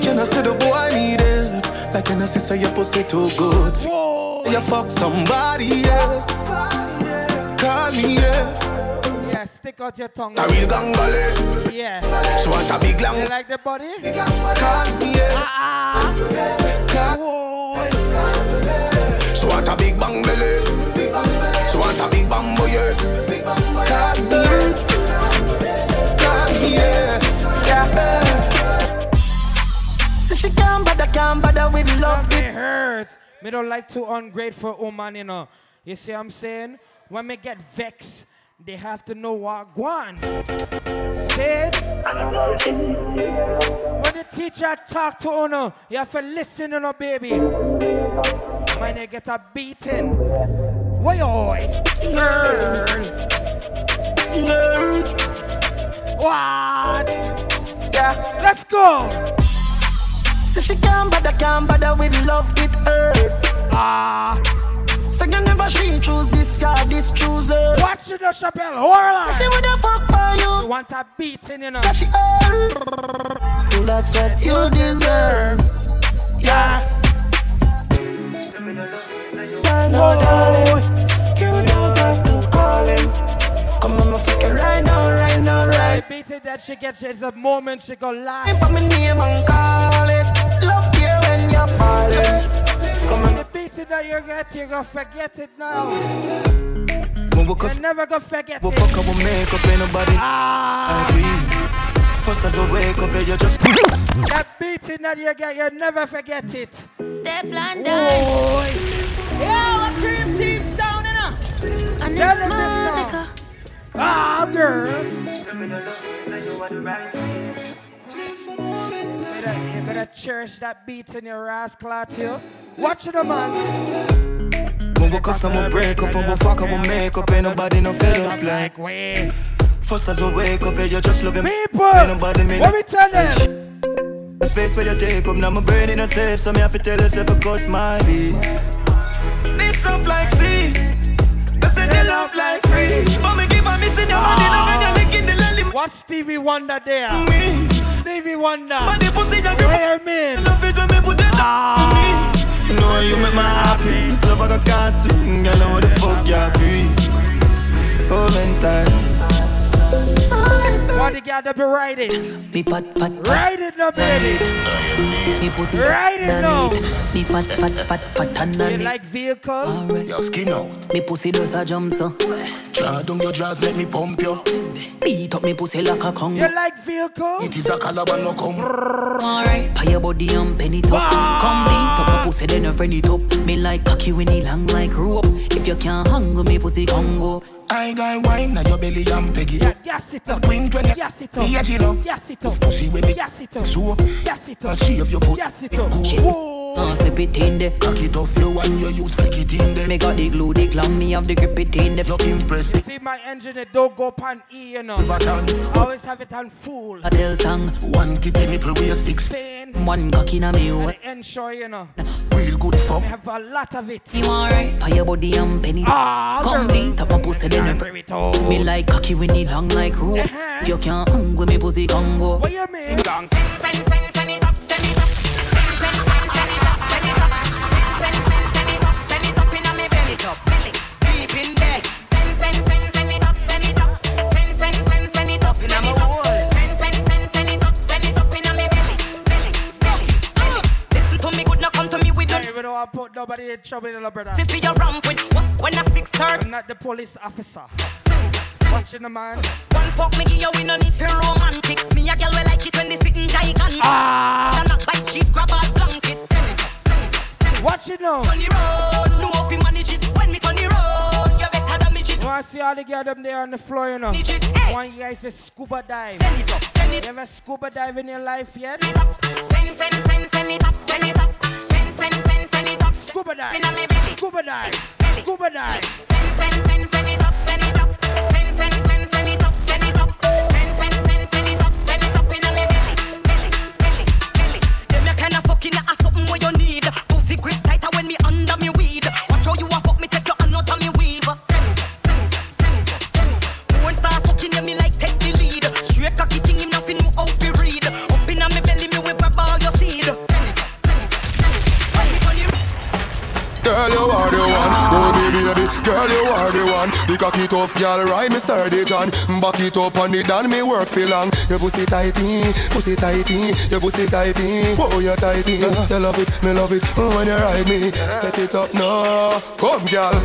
[SPEAKER 3] Can I say the boy need help? Like an sister, your pussy too good. You fuck somebody, yeah. Call me, yeah.
[SPEAKER 1] Yeah, stick out your tongue.
[SPEAKER 3] A real gangale.
[SPEAKER 1] Yeah.
[SPEAKER 3] She want a big long.
[SPEAKER 1] You like the body?
[SPEAKER 3] Call me, yeah. She want a big bang belly. She want a big bang boy. yeah. Call me, yeah. Call me, yeah.
[SPEAKER 14] So she can't bother, can't bother with love.
[SPEAKER 1] It hurts. Me don't like to ungrateful woman, you know. You see what I'm saying? When me get vexed, they have to know what gone. Said. When the teacher talk to uno, you have to listen, you know, baby. When they get a beating. Why, oi? Learn. Learn. What?
[SPEAKER 14] Yeah.
[SPEAKER 1] Let's go.
[SPEAKER 14] So she can't bother, can't bother with love, it eh. hurt.
[SPEAKER 1] Ah.
[SPEAKER 14] So you never she choose this guy, this chooser.
[SPEAKER 1] Watch it, Chappelle, Horla.
[SPEAKER 14] She would have fuck for you. You
[SPEAKER 1] want a beating, you know.
[SPEAKER 14] she hurt. That's what you deserve. Eh. Yeah. No, darling, you don't have to call him. Come on, my fucking right now, right now, right
[SPEAKER 1] The beating that she gets is the moment she go live. The beating that you get, you gonna forget it now.
[SPEAKER 3] When we cuss,
[SPEAKER 1] You're never gonna forget
[SPEAKER 3] we
[SPEAKER 1] it. Ah.
[SPEAKER 3] fuck up, we make up, ain't nobody. agree. First as we wake up, yeah, you just.
[SPEAKER 1] That beating that you get, you never forget it.
[SPEAKER 17] Steph London.
[SPEAKER 1] Yeah,
[SPEAKER 17] a cream team sounding up. And
[SPEAKER 1] Tell
[SPEAKER 17] it's
[SPEAKER 1] them this now.
[SPEAKER 17] Monica.
[SPEAKER 1] Ah, girls.
[SPEAKER 17] Girls.
[SPEAKER 1] better, you better cherish that beat in your ass, clot you. Watch it, man.
[SPEAKER 14] When we cuss, I'ma break up, and we fuck, I'ma make up. Ain't nobody no fed up like
[SPEAKER 1] we.
[SPEAKER 14] First as we wake up, yeah, you just loving
[SPEAKER 1] people.
[SPEAKER 14] Ain't nobody me.
[SPEAKER 1] What we tell
[SPEAKER 14] them? The space where you take up, now my brain in a safe, so me have to tell yourself I cut my lead.
[SPEAKER 18] This love like sea. That's the they love like free. For me give a miss in your body, love and you're licking the lily.
[SPEAKER 1] Watch Stevie Wonder there. Stevie Wonder. Body pussy, you hear me? Love it when me put it ah.
[SPEAKER 14] You
[SPEAKER 18] Oh,
[SPEAKER 14] know you make me happy. This love I got cast swing, girl, how the fuck you be? Hold inside.
[SPEAKER 1] Body got to be right it.
[SPEAKER 19] Me pat pat pat.
[SPEAKER 1] Right it now, baby.
[SPEAKER 19] Me pussy
[SPEAKER 1] Right it now.
[SPEAKER 19] Me pat pat pat pat and
[SPEAKER 1] You like vehicle?
[SPEAKER 19] Your skin out. Me pussy does a jump so. Draw down your drawers, make me pump you. Beat up me pussy like a congo.
[SPEAKER 1] You like vehicle?
[SPEAKER 19] It is a caliber no come. Alright. Pay your body and penny top. Come beat up my pussy, then you friend it up. Me like cocky when it long like rope. If you can't hang with me pussy Congo.
[SPEAKER 18] I got wine on your belly and peg it up.
[SPEAKER 1] Yes it
[SPEAKER 18] up. Twin twin.
[SPEAKER 1] Yes it
[SPEAKER 18] up. Yes it up.
[SPEAKER 1] Yes it up.
[SPEAKER 18] Pussy with me.
[SPEAKER 1] Yes it up.
[SPEAKER 18] So.
[SPEAKER 1] Yes it
[SPEAKER 18] up. She of your put.
[SPEAKER 1] Yes it up.
[SPEAKER 19] Can't slip it in there.
[SPEAKER 18] Cock it off you and you use flick it in there.
[SPEAKER 19] Me got the glue, the clown, me have the grip it in there.
[SPEAKER 18] You're impressed.
[SPEAKER 1] See my engine, it don't go pan E, you know.
[SPEAKER 18] I
[SPEAKER 1] always have it on full.
[SPEAKER 19] I tell tongue.
[SPEAKER 18] One kitty nipple weigh six.
[SPEAKER 1] Stain.
[SPEAKER 19] One cock in a me own.
[SPEAKER 1] Ensure, you know.
[SPEAKER 18] Real good fuck.
[SPEAKER 1] I have a lot of it.
[SPEAKER 19] You alright? Pay your body and penny.
[SPEAKER 1] Ah,
[SPEAKER 19] Come
[SPEAKER 1] girl.
[SPEAKER 19] beat up my pussy, then you
[SPEAKER 1] friend it up.
[SPEAKER 19] Me like cocky when it long like rope. If you can't hang with me pussy Congo.
[SPEAKER 1] Uh-huh. What you mean? Hey, we don't want to put nobody in trouble, you know, brother.
[SPEAKER 20] When I six third,
[SPEAKER 1] I'm not the police officer. Watching the man.
[SPEAKER 20] one fuck me give you, we no need to romantic. Me a girl we like it when they sitting gigantic.
[SPEAKER 1] Ah.
[SPEAKER 20] Don't knock by cheap, grab a blanket. Send it,
[SPEAKER 1] Watch it now.
[SPEAKER 20] Turn the road, no hope you manage it. When me turn the road, you better damage it.
[SPEAKER 1] I see all the girl them there on the floor, you know. One year is a scuba dive. You ever scuba dive in your life yet?
[SPEAKER 20] Send, send, send, send it up, send it up. Send, send, send, send it up.
[SPEAKER 1] Scuba dive.
[SPEAKER 20] Inna me belly.
[SPEAKER 1] Scuba dive. Scuba dive.
[SPEAKER 20] Send, send, send, send it up, send it up. Send, send, send, send it up, send it up. Send, send, send, send it up, send it up inna me belly, belly, belly, belly. Them ya kinda fucking ass something what you need. Pussy grip tighter when me under me weed. Watch how you a fuck me, take your hand out of me weave. Send it up, send it up, send it up, send it up. Who ain't start fucking them, me like take the lead. Straight cocky thing, him nothing know how fi read. Up inna me belly, me whip up all your seed. Send it up, send it up, send it up, send it on the
[SPEAKER 21] Girl, you are the one. Oh, baby, baby. Girl, you are the one. The cocky tough girl, right, Mr. Dejan. Back it up on it, done me work for long. Your pussy tighty, pussy tighty, your pussy tighty. Oh, you tighty. You love it, me love it. Oh, when you ride me, set it up now. Come, girl.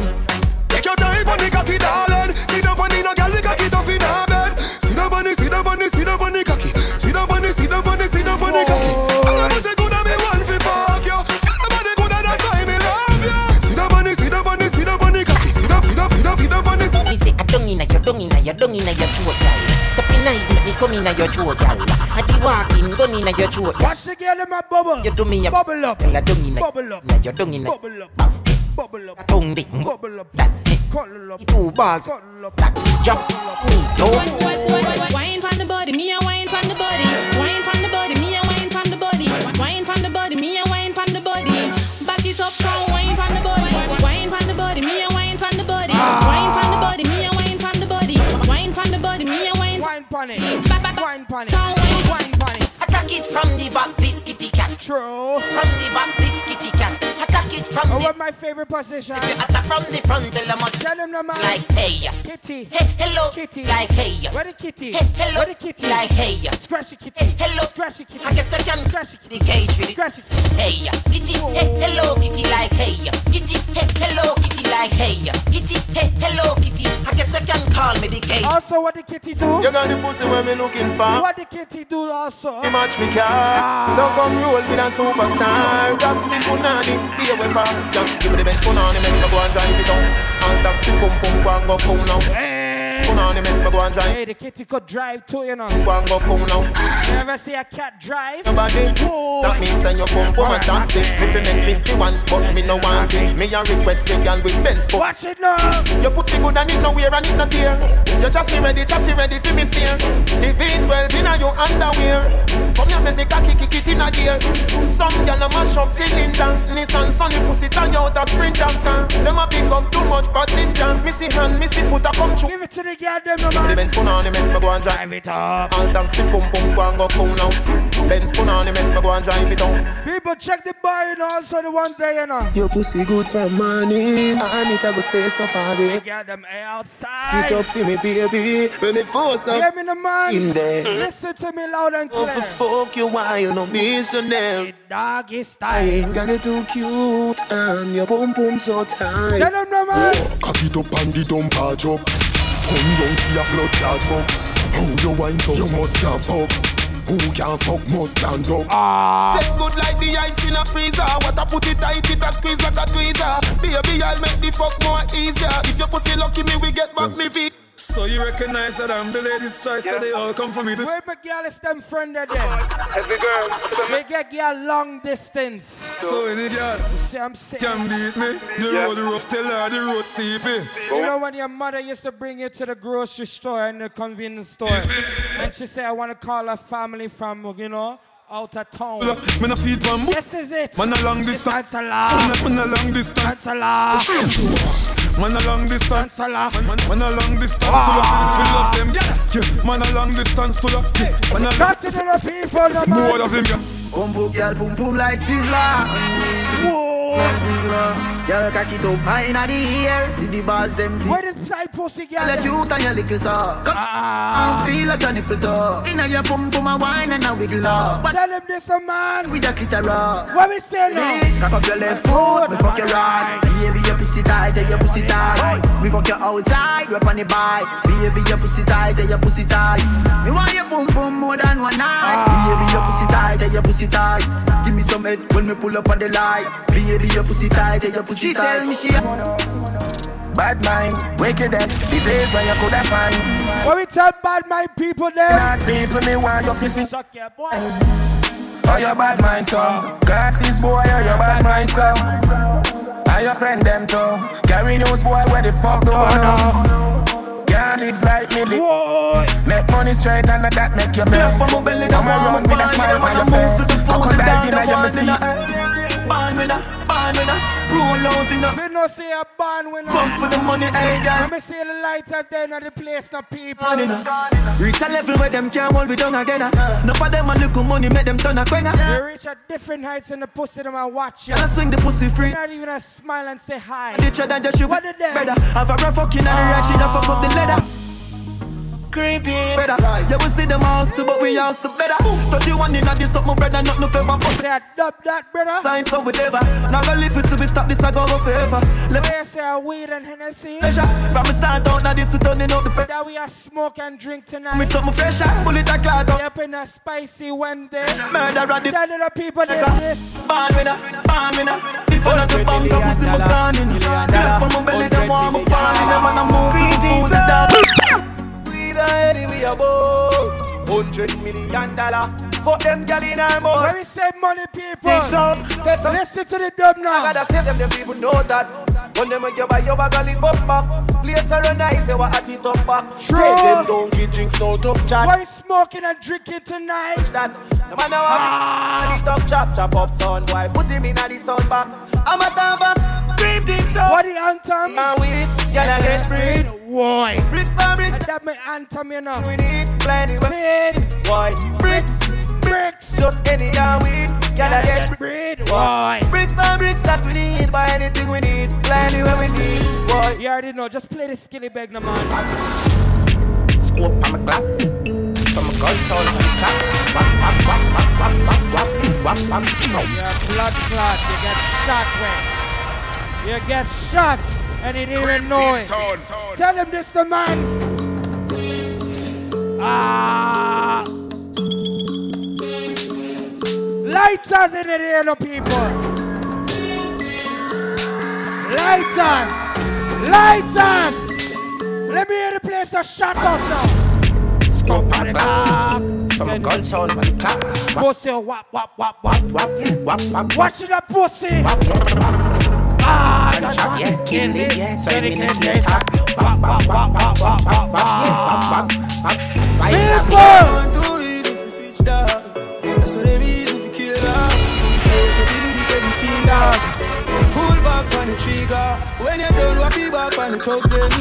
[SPEAKER 21] Take your time on the cocky, darling. Sit down on the no girl, the cocky tough in her bed. Sit down on the, sit down on the, sit down on the cocky. Sit down on the, sit down on the, sit down on the cocky. All of us are good and me one for fuck you. Everybody good and that's why me love you. Sit down on the, sit down on the, sit down on the cocky. Sit down, sit down, sit down, sit down on the.
[SPEAKER 3] Me say I don't inna your, don't inna your, don't inna your throat, girl. Tapping nice, make me come inna your throat, girl. I di walking, gun inna your throat, girl.
[SPEAKER 1] Watch the girl in my bubble.
[SPEAKER 3] You do me a
[SPEAKER 1] bubble up.
[SPEAKER 3] Girl, I don't inna,
[SPEAKER 1] Bubble up.
[SPEAKER 3] inna your, don't inna.
[SPEAKER 1] Bubble up. Bubble up.
[SPEAKER 3] Tongue dick,
[SPEAKER 1] Bubble up.
[SPEAKER 3] that dick,
[SPEAKER 1] Cuddle up.
[SPEAKER 3] two balls,
[SPEAKER 1] Cuddle up.
[SPEAKER 3] that jump, me down.
[SPEAKER 22] Wine pon the body, me a wine pon the body. Wine pon the body, me a wine pon the body. Wine pon the body, me a wine pon the body. Back it up, come wine pon the body. Wine pon the body, me a wine pon the body. Wine pon the body, me a wine pon the body. Wine pon the body, me a wine.
[SPEAKER 1] Wine pon it. Wine pon it.
[SPEAKER 22] Wine
[SPEAKER 1] pon it.
[SPEAKER 3] Attack it from the back, this kitty cat.
[SPEAKER 1] True.
[SPEAKER 3] From the back, this kitty cat. Attack it from
[SPEAKER 1] Oh,
[SPEAKER 3] the.
[SPEAKER 1] what my favorite position?
[SPEAKER 3] Attack from the front, tell 'em I must.
[SPEAKER 1] Tell him the man.
[SPEAKER 3] Like hey,
[SPEAKER 1] Kitty.
[SPEAKER 3] hey, hello,
[SPEAKER 1] Kitty.
[SPEAKER 3] like hey,
[SPEAKER 1] Where the kitty?
[SPEAKER 3] Hey, hello.
[SPEAKER 1] Where the kitty?
[SPEAKER 3] Like, hey.
[SPEAKER 1] Scratchy kitty.
[SPEAKER 3] hello.
[SPEAKER 1] Scratchy kitty.
[SPEAKER 3] I guess I can
[SPEAKER 1] Scratchy
[SPEAKER 3] the
[SPEAKER 1] kitty.
[SPEAKER 3] cage with it.
[SPEAKER 1] Scratchy kitty.
[SPEAKER 3] Hey, kitty, hey, hello, kitty, like hey, kitty, hey, hello, kitty, like hey, kitty, hey, hello, kitty. I guess I can call me the cage.
[SPEAKER 1] Also, what the kitty do?
[SPEAKER 21] You got the pussy where me looking for.
[SPEAKER 1] What the kitty do also?
[SPEAKER 21] He match me car So come roll with a superstar Dancing punani, stay away from Jump, give me the bench punani Make me go and drive it down And taxi pum pum go and go pound now
[SPEAKER 23] Phone on him, make me go and drive.
[SPEAKER 1] Hey, the kitty could drive too, you know.
[SPEAKER 23] Go and go come now.
[SPEAKER 1] You ever see a cat drive?
[SPEAKER 23] Nobody.
[SPEAKER 1] Whoa.
[SPEAKER 23] That means when you come home and dance it. Me fi make 51, but me no want it. Me a request a girl with Benz but
[SPEAKER 1] Watch it now.
[SPEAKER 23] Your pussy good and it no wear and it no tear. Your chassis ready, chassis ready fi me steer. The V12 inna your underwear. Come here, make me cocky kick it inna gear. Some gyal a mash up cylinder. Nissan Sunny pussy tie out a sprinter. Them a pick up too much passenger. Missy hand, missy foot a come through.
[SPEAKER 1] Give it to the girl, them no man.
[SPEAKER 23] The Benz put on him, make me go and drive
[SPEAKER 1] it up.
[SPEAKER 23] All taxi pum pum go and go cool now. Benz put on him, make me go and drive it down.
[SPEAKER 1] People check the bar, you know, also the one day, you know.
[SPEAKER 23] Your pussy good for money, and it a go stay so far away.
[SPEAKER 1] Get them eh, outside.
[SPEAKER 23] Get up for me, baby, when me force up
[SPEAKER 1] Give me the man.
[SPEAKER 23] in there.
[SPEAKER 1] Listen to me loud and
[SPEAKER 23] Oh, for
[SPEAKER 1] clear.
[SPEAKER 23] fuck you, why you no missionary?
[SPEAKER 1] Doggy style.
[SPEAKER 23] Girl, you too cute, and your pum pum so tight.
[SPEAKER 1] Tell them no man.
[SPEAKER 21] Cock it up and the dump a drop. Come down to your blood clot fuck. How you wine so you must can fuck. Who can fuck must stand up.
[SPEAKER 1] Ah.
[SPEAKER 23] Set good like the ice in a freezer. What I put it tight, it a squeeze like a tweezer. Baby, I'll make the fuck more easier. If your pussy lucky, me we get back me feet.
[SPEAKER 10] So you recognize that I'm the lady's choice, so they all come for me to
[SPEAKER 1] Where my girl is them friend of them?
[SPEAKER 10] Every girl,
[SPEAKER 1] Make a girl long distance.
[SPEAKER 10] so any girl
[SPEAKER 1] You see I'm saying?
[SPEAKER 10] can beat me. The road rough, tell her the road steep. eh.
[SPEAKER 1] You know when your mother used to bring you to the grocery store and the convenience store, and she said, "I want to call her family from you know out of town."
[SPEAKER 10] Man a feed bamboo.
[SPEAKER 1] This is it.
[SPEAKER 10] Man a long distance.
[SPEAKER 1] a
[SPEAKER 10] Man
[SPEAKER 1] lot.
[SPEAKER 10] a man a long distance.
[SPEAKER 1] That's a lie.
[SPEAKER 10] Man a long distance.
[SPEAKER 1] Man
[SPEAKER 10] man a long distance to love. We love them. Yeah. Man a long distance to love. Man a
[SPEAKER 1] Back to the people, the
[SPEAKER 10] more of him.
[SPEAKER 1] man.
[SPEAKER 10] Yeah.
[SPEAKER 14] Boom boom, girl, boom boom like sizzler.
[SPEAKER 1] Whoa.
[SPEAKER 14] Sizzler, girl, cock it up high inna the air. See the balls them feel.
[SPEAKER 1] Where the side pussy
[SPEAKER 14] Girl,
[SPEAKER 1] girl?
[SPEAKER 14] you cute and your little sock. Come
[SPEAKER 1] Ah.
[SPEAKER 14] and feel like your nipple tuck. Inna your pum pum a wine and a wiggle up. What
[SPEAKER 1] Tell him this, a man.
[SPEAKER 14] with a kitty rocks.
[SPEAKER 1] What we say now?
[SPEAKER 14] Cock up your left foot, me fuck your right. Baby, your pussy tight, yeah, your pussy tight. Me fuck your outside, rap on the bike. Baby, your pussy tight, yeah, your pussy tight. Me want your boom boom more than one night.
[SPEAKER 3] Ah.
[SPEAKER 14] Baby, your pussy tight, yeah, your pussy tight. Give me some head when me pull up on the light. Baby, your pussy tight, yeah, your pussy tight. She tell me she
[SPEAKER 3] Bad mind, wickedness, disease where you could have find.
[SPEAKER 1] What we tell bad mind people there?
[SPEAKER 3] Bad people, me want your fist
[SPEAKER 1] Suck your boy.
[SPEAKER 3] or your bad mind, so. Glasses, boy, or your bad mind, so. Are your friend them too? Carry news, boy, where the fuck do
[SPEAKER 1] Oh,
[SPEAKER 3] know? Can't live like me, live.
[SPEAKER 1] Whoa.
[SPEAKER 3] Make money straight and that make you
[SPEAKER 14] Me
[SPEAKER 3] feel.
[SPEAKER 14] up on my belly, the
[SPEAKER 3] Come
[SPEAKER 14] man
[SPEAKER 3] around
[SPEAKER 14] I'm
[SPEAKER 3] with a
[SPEAKER 14] fine.
[SPEAKER 3] smile
[SPEAKER 14] And I
[SPEAKER 3] on your
[SPEAKER 14] move to
[SPEAKER 3] face.
[SPEAKER 14] the food, the
[SPEAKER 3] Crocodile
[SPEAKER 14] down, the
[SPEAKER 3] dinner, you
[SPEAKER 14] one
[SPEAKER 3] must
[SPEAKER 14] in
[SPEAKER 3] see.
[SPEAKER 14] the air. Born with a, born with a, roll out in a.
[SPEAKER 1] We no see a band winner.
[SPEAKER 14] Pump for the money, hey girl.
[SPEAKER 1] Let me see the lighters there, not the place, no people.
[SPEAKER 14] Money now. Reach a level where them can't hold me down again. Uh. Enough of them a little money, make them turn a quenga.
[SPEAKER 1] You reach at different heights in the pussy, them and watch you.
[SPEAKER 14] Girl, I swing the pussy free.
[SPEAKER 1] Not even a smile and say hi.
[SPEAKER 14] Ditch her than just shoot.
[SPEAKER 1] What did they-
[SPEAKER 14] Better have a rough fucking and the right, she done fuck up the leather. Creepy, better. Yeah, we see them also, but we also better. 31 in a this up, my brother, not no clever. Pussy
[SPEAKER 1] Say I dub that, brother.
[SPEAKER 14] time, so we never. Now go live with so we stop this, I go go forever. Let
[SPEAKER 1] Where you say a weed and Hennessy.
[SPEAKER 14] pressure. From the start out, now this we turning out the pressure.
[SPEAKER 1] That we are smoke and drink
[SPEAKER 14] With
[SPEAKER 1] tonight.
[SPEAKER 14] something fresher, bullet a cloud up.
[SPEAKER 1] Up in a spicy Wednesday.
[SPEAKER 14] Murder at the
[SPEAKER 1] Tell the people this, this.
[SPEAKER 14] Born winner, born winner. If I don't bump the pussy, my gun in. Clap on my belly, them want me falling. Them wanna move to the food, the dog.
[SPEAKER 3] Sweet lady, we are both. Hundred million dollar. Fuck them gal in her mouth.
[SPEAKER 1] When we say money, people.
[SPEAKER 3] Take shot, take some.
[SPEAKER 1] Listen to the dub
[SPEAKER 3] I
[SPEAKER 1] now.
[SPEAKER 3] gotta save them, them people know that. When them a give a yoba gal live up back. Place her on ice, they were at it up back.
[SPEAKER 1] True.
[SPEAKER 3] Take them down, get drinks, no tough chat.
[SPEAKER 1] Why smoking and drinking tonight? Ah.
[SPEAKER 3] Watch that. No man know how it up, chop, chop up, son. Why put him in a the sun box? I'm a tamper, cream team so.
[SPEAKER 1] What the anthem?
[SPEAKER 3] Man with, gal I get breed.
[SPEAKER 1] Why?
[SPEAKER 3] Bricks for bricks,
[SPEAKER 1] That my anthem, you know.
[SPEAKER 3] we need plenty. but
[SPEAKER 1] Bread,
[SPEAKER 3] Why bricks?
[SPEAKER 1] bricks,
[SPEAKER 3] Just any gal we, gal I get breed.
[SPEAKER 1] bread, why?
[SPEAKER 3] Bricks for bricks that we need, buy anything we need, plenty where we need. Why?
[SPEAKER 1] You already know, just play the skilly bag, no man.
[SPEAKER 3] Scope on my clock. Some guns on my clock. Wap, wap, wap, wap, wap, wap, wap, wap, wap,
[SPEAKER 1] You're a blood clot, you get shot, man. You get shot, and it even know it. Tell him this, the man. Ah. Lighters in the air, no people. Lighters, lighters. Let me hear the place It's a shut up now.
[SPEAKER 4] Scope on the clock. Some guns out on the clock.
[SPEAKER 1] Pussy wap wap wap wap
[SPEAKER 4] wap wap wap.
[SPEAKER 1] Watch it up, pussy.
[SPEAKER 4] Ah, chop yeah, kill it yeah, say me no care. Wap wap wap wap wap wap wap yeah, wap wap wap.
[SPEAKER 1] People.
[SPEAKER 6] That's what they mean if you kill dog. Say you could do the 17 dog. Pull back on the trigger. When you're done, walk you back on the coast then.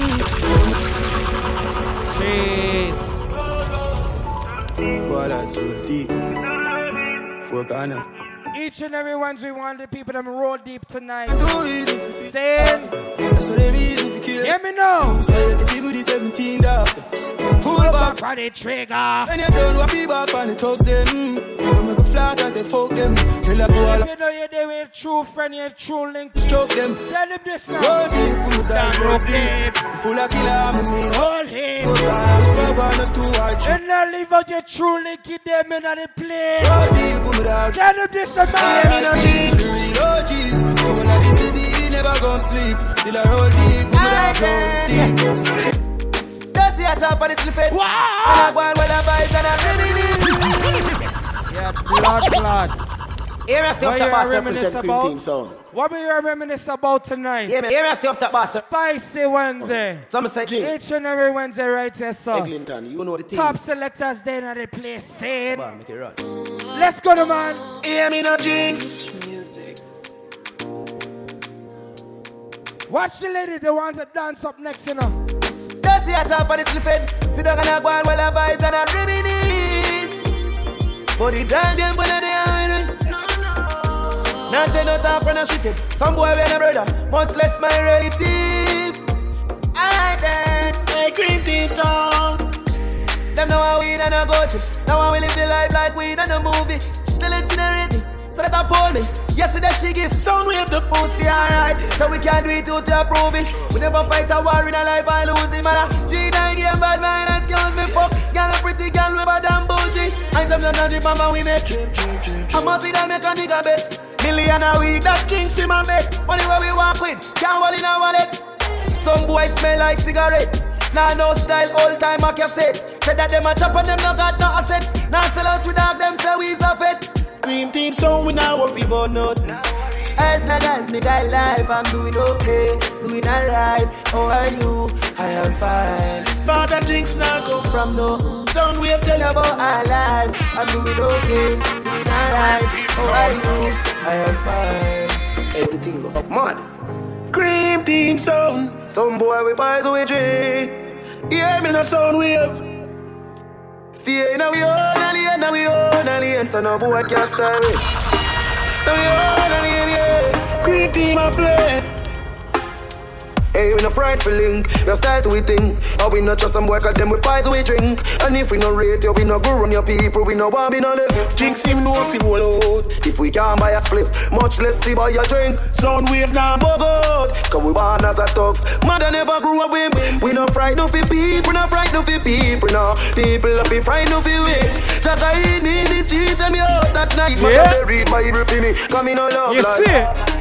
[SPEAKER 1] Jeez.
[SPEAKER 6] Boy, that's so deep. For Ghana.
[SPEAKER 1] Each and every one's we want the people them roll deep tonight. Saying,
[SPEAKER 6] That's what they mean if you kill
[SPEAKER 1] hear me now.
[SPEAKER 6] Say you could do the 17 dog. Pull back
[SPEAKER 1] on the trigger.
[SPEAKER 6] When you're done, walk you back on the coast then. When we go flash, I say fuck them. Till I go all
[SPEAKER 1] If you know you're there with a true friend, you're a true link.
[SPEAKER 6] Stroke them.
[SPEAKER 1] Tell him this now.
[SPEAKER 6] Roll deep, put down roll deep. Full of killer, I'm a mean
[SPEAKER 1] Hold him.
[SPEAKER 6] Fuck all, we go one or two or three.
[SPEAKER 1] And now leave out your true link in them in the
[SPEAKER 6] Roll
[SPEAKER 1] place.
[SPEAKER 6] deep, put down.
[SPEAKER 1] Tell him this now.
[SPEAKER 6] I
[SPEAKER 1] man.
[SPEAKER 6] speak to the real OGs. So when I the city, never gon' sleep. Till I roll deep, put down roll deep.
[SPEAKER 14] Dirty at top of the slippet. Wow. I go and well I bite and I really need.
[SPEAKER 1] Yeah, blood clot.
[SPEAKER 14] Hear me say
[SPEAKER 1] What
[SPEAKER 14] up the
[SPEAKER 1] you
[SPEAKER 14] boss
[SPEAKER 1] reminisce
[SPEAKER 14] represent cream team
[SPEAKER 1] about?
[SPEAKER 14] sound.
[SPEAKER 1] What we you reminisce about tonight?
[SPEAKER 14] Hear me, hear me say up the boss.
[SPEAKER 1] Spicy Wednesday.
[SPEAKER 14] Some say jinx.
[SPEAKER 1] eh. Each and every Wednesday right here, sir.
[SPEAKER 14] Eglinton, you know the team.
[SPEAKER 1] Top selectors they in the place saying,
[SPEAKER 14] Come on, make it run.
[SPEAKER 1] let's go to man.
[SPEAKER 14] Hear me no jinx.
[SPEAKER 1] Watch the lady, they want to dance up next, you know.
[SPEAKER 14] Dirty at top of the slippet. Sit down and I go and well I bite and I really need. But the dog them when they are with me. Not take no talk when I shit it. Some boy we a brother, much less my relative. I then my cream team song. Them know how we and I go chips. Now how we live the life like we done a movie. Still it's in a rating. So that I fold me. Yesterday she give sound wave the pussy alright. So we can do it till to approve it. We never fight a war in a life I lose it, man. G9 game bad man and skills me fuck. Girl a pretty girl with a damn bougie. And some don't drip mama we make. I must be that make a nigga bet. Million a week that jinx in my bet. Money where we walk with, can't wall in a wallet. Some boys smell like cigarette. Nah, no style, old time I can say. Said that them a chop and them no got no assets. Nah, sell out to dog, them say we's a it.
[SPEAKER 6] Cream team song, we not worry about nothing.
[SPEAKER 14] As long as me got life, I'm doing okay, doing alright. How are you? I am fine.
[SPEAKER 6] Father drinks now
[SPEAKER 14] Come from no sound wave tell you about our life. I'm doing okay, doing alright. How are you? I am fine. Everything go up mad.
[SPEAKER 6] Cream team sound.
[SPEAKER 14] Some boy we buys away drink.
[SPEAKER 6] Hear me no sound wave.
[SPEAKER 14] Stay in we own alien, now we own alien, so no boy can stop it. Now we own alien, yeah.
[SPEAKER 6] Cream team I play.
[SPEAKER 14] Hey, we no frightful link, we style to we think. How we not trust some boy, cause them we pies we drink. And if we no rate you, we no go run your people, we no want be no left.
[SPEAKER 6] Jinx him no fi roll out.
[SPEAKER 14] If we can't buy a split, much less see buy a drink.
[SPEAKER 6] Sound wave now bug out.
[SPEAKER 14] Cause we born as a thugs Mother never grew up with We no fright no fi people No fright no fi people No people up be fright no fi we Just I in the street And me out at night Man
[SPEAKER 1] Yeah.
[SPEAKER 14] they read Bible fi me Cause me no love
[SPEAKER 1] You
[SPEAKER 14] lads.
[SPEAKER 1] see?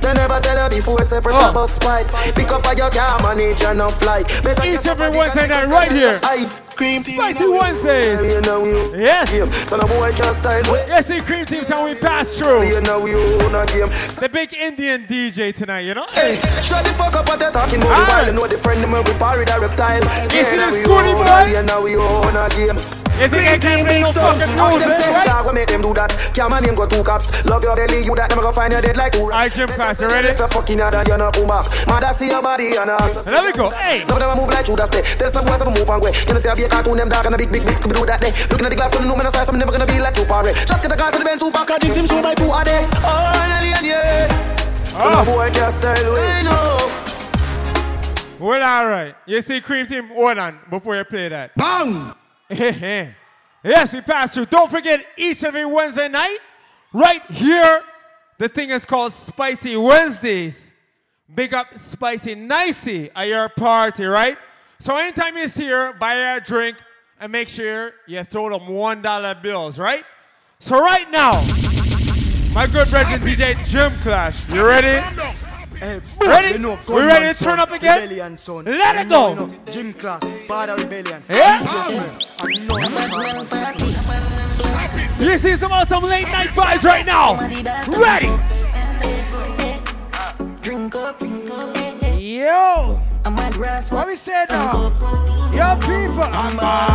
[SPEAKER 14] They never tell her before Say press
[SPEAKER 1] Oh.
[SPEAKER 14] a bus fight Pick up a your car Manage and no flight Better
[SPEAKER 1] Each
[SPEAKER 14] catch
[SPEAKER 1] every
[SPEAKER 14] somebody
[SPEAKER 1] Wednesday
[SPEAKER 14] can make
[SPEAKER 1] night
[SPEAKER 14] us
[SPEAKER 1] right here.
[SPEAKER 14] hype.
[SPEAKER 6] Cream team
[SPEAKER 1] Spicy
[SPEAKER 6] now we-
[SPEAKER 1] Wednesdays.
[SPEAKER 14] You know you
[SPEAKER 1] Yes.
[SPEAKER 14] Game. So no boy can style with
[SPEAKER 1] Yes, see, cream teams and we pass through.
[SPEAKER 14] You know you own a game
[SPEAKER 1] The big Indian DJ tonight, you know?
[SPEAKER 14] Hey, shut the fuck up what they're talking about
[SPEAKER 1] Alright.
[SPEAKER 14] the while You know the friend them we parry that reptile
[SPEAKER 1] it
[SPEAKER 14] now
[SPEAKER 1] a
[SPEAKER 14] we
[SPEAKER 1] Scotty
[SPEAKER 14] own
[SPEAKER 1] boy?
[SPEAKER 14] a game, now we own a game
[SPEAKER 1] You think I can't play no fucking
[SPEAKER 14] Ask them
[SPEAKER 1] rules,
[SPEAKER 14] say,
[SPEAKER 1] eh?
[SPEAKER 14] dog, what make them do that? Can't man name go two cops Love your belly, you that them go find your dead like Ura
[SPEAKER 1] I jump fast, you ready?
[SPEAKER 14] If you're fucking hard and you're not come back Mother see your body and ass
[SPEAKER 1] There we go, hey!
[SPEAKER 14] Love them a move like Judas day Tell some boys to move and way You know see I be a cartoon, them dog and a big, big, big Scooby-Doo that day Looking at the glass, when you know me no size I'm never gonna be like Super Ray Just get the car to the Benz, super car, jinx him, two by two a day Oh, and yeah Some
[SPEAKER 1] Ah.
[SPEAKER 14] boy can't style way I know
[SPEAKER 1] Well, alright. You see, cream team, hold on before you play that.
[SPEAKER 6] Bang.
[SPEAKER 1] yes, we pass through. Don't forget, each every Wednesday night, right here, the thing is called Spicy Wednesdays. Big up Spicy Nicey at your party, right? So anytime you see her, buy her a drink and make sure you throw them $1 bills, right? So right now, my good brethren DJ Gym Clash, you ready?
[SPEAKER 6] Hey, ready? we ready to turn up again? Let it go.
[SPEAKER 14] Jim Clark, Father Rebellion.
[SPEAKER 6] Yeah.
[SPEAKER 14] Yeah.
[SPEAKER 6] This is about some late night vibes right now. Ready?
[SPEAKER 1] Drink up, drink up,
[SPEAKER 6] Yo.
[SPEAKER 1] I'm at grass.
[SPEAKER 6] What we say now? Yo, people.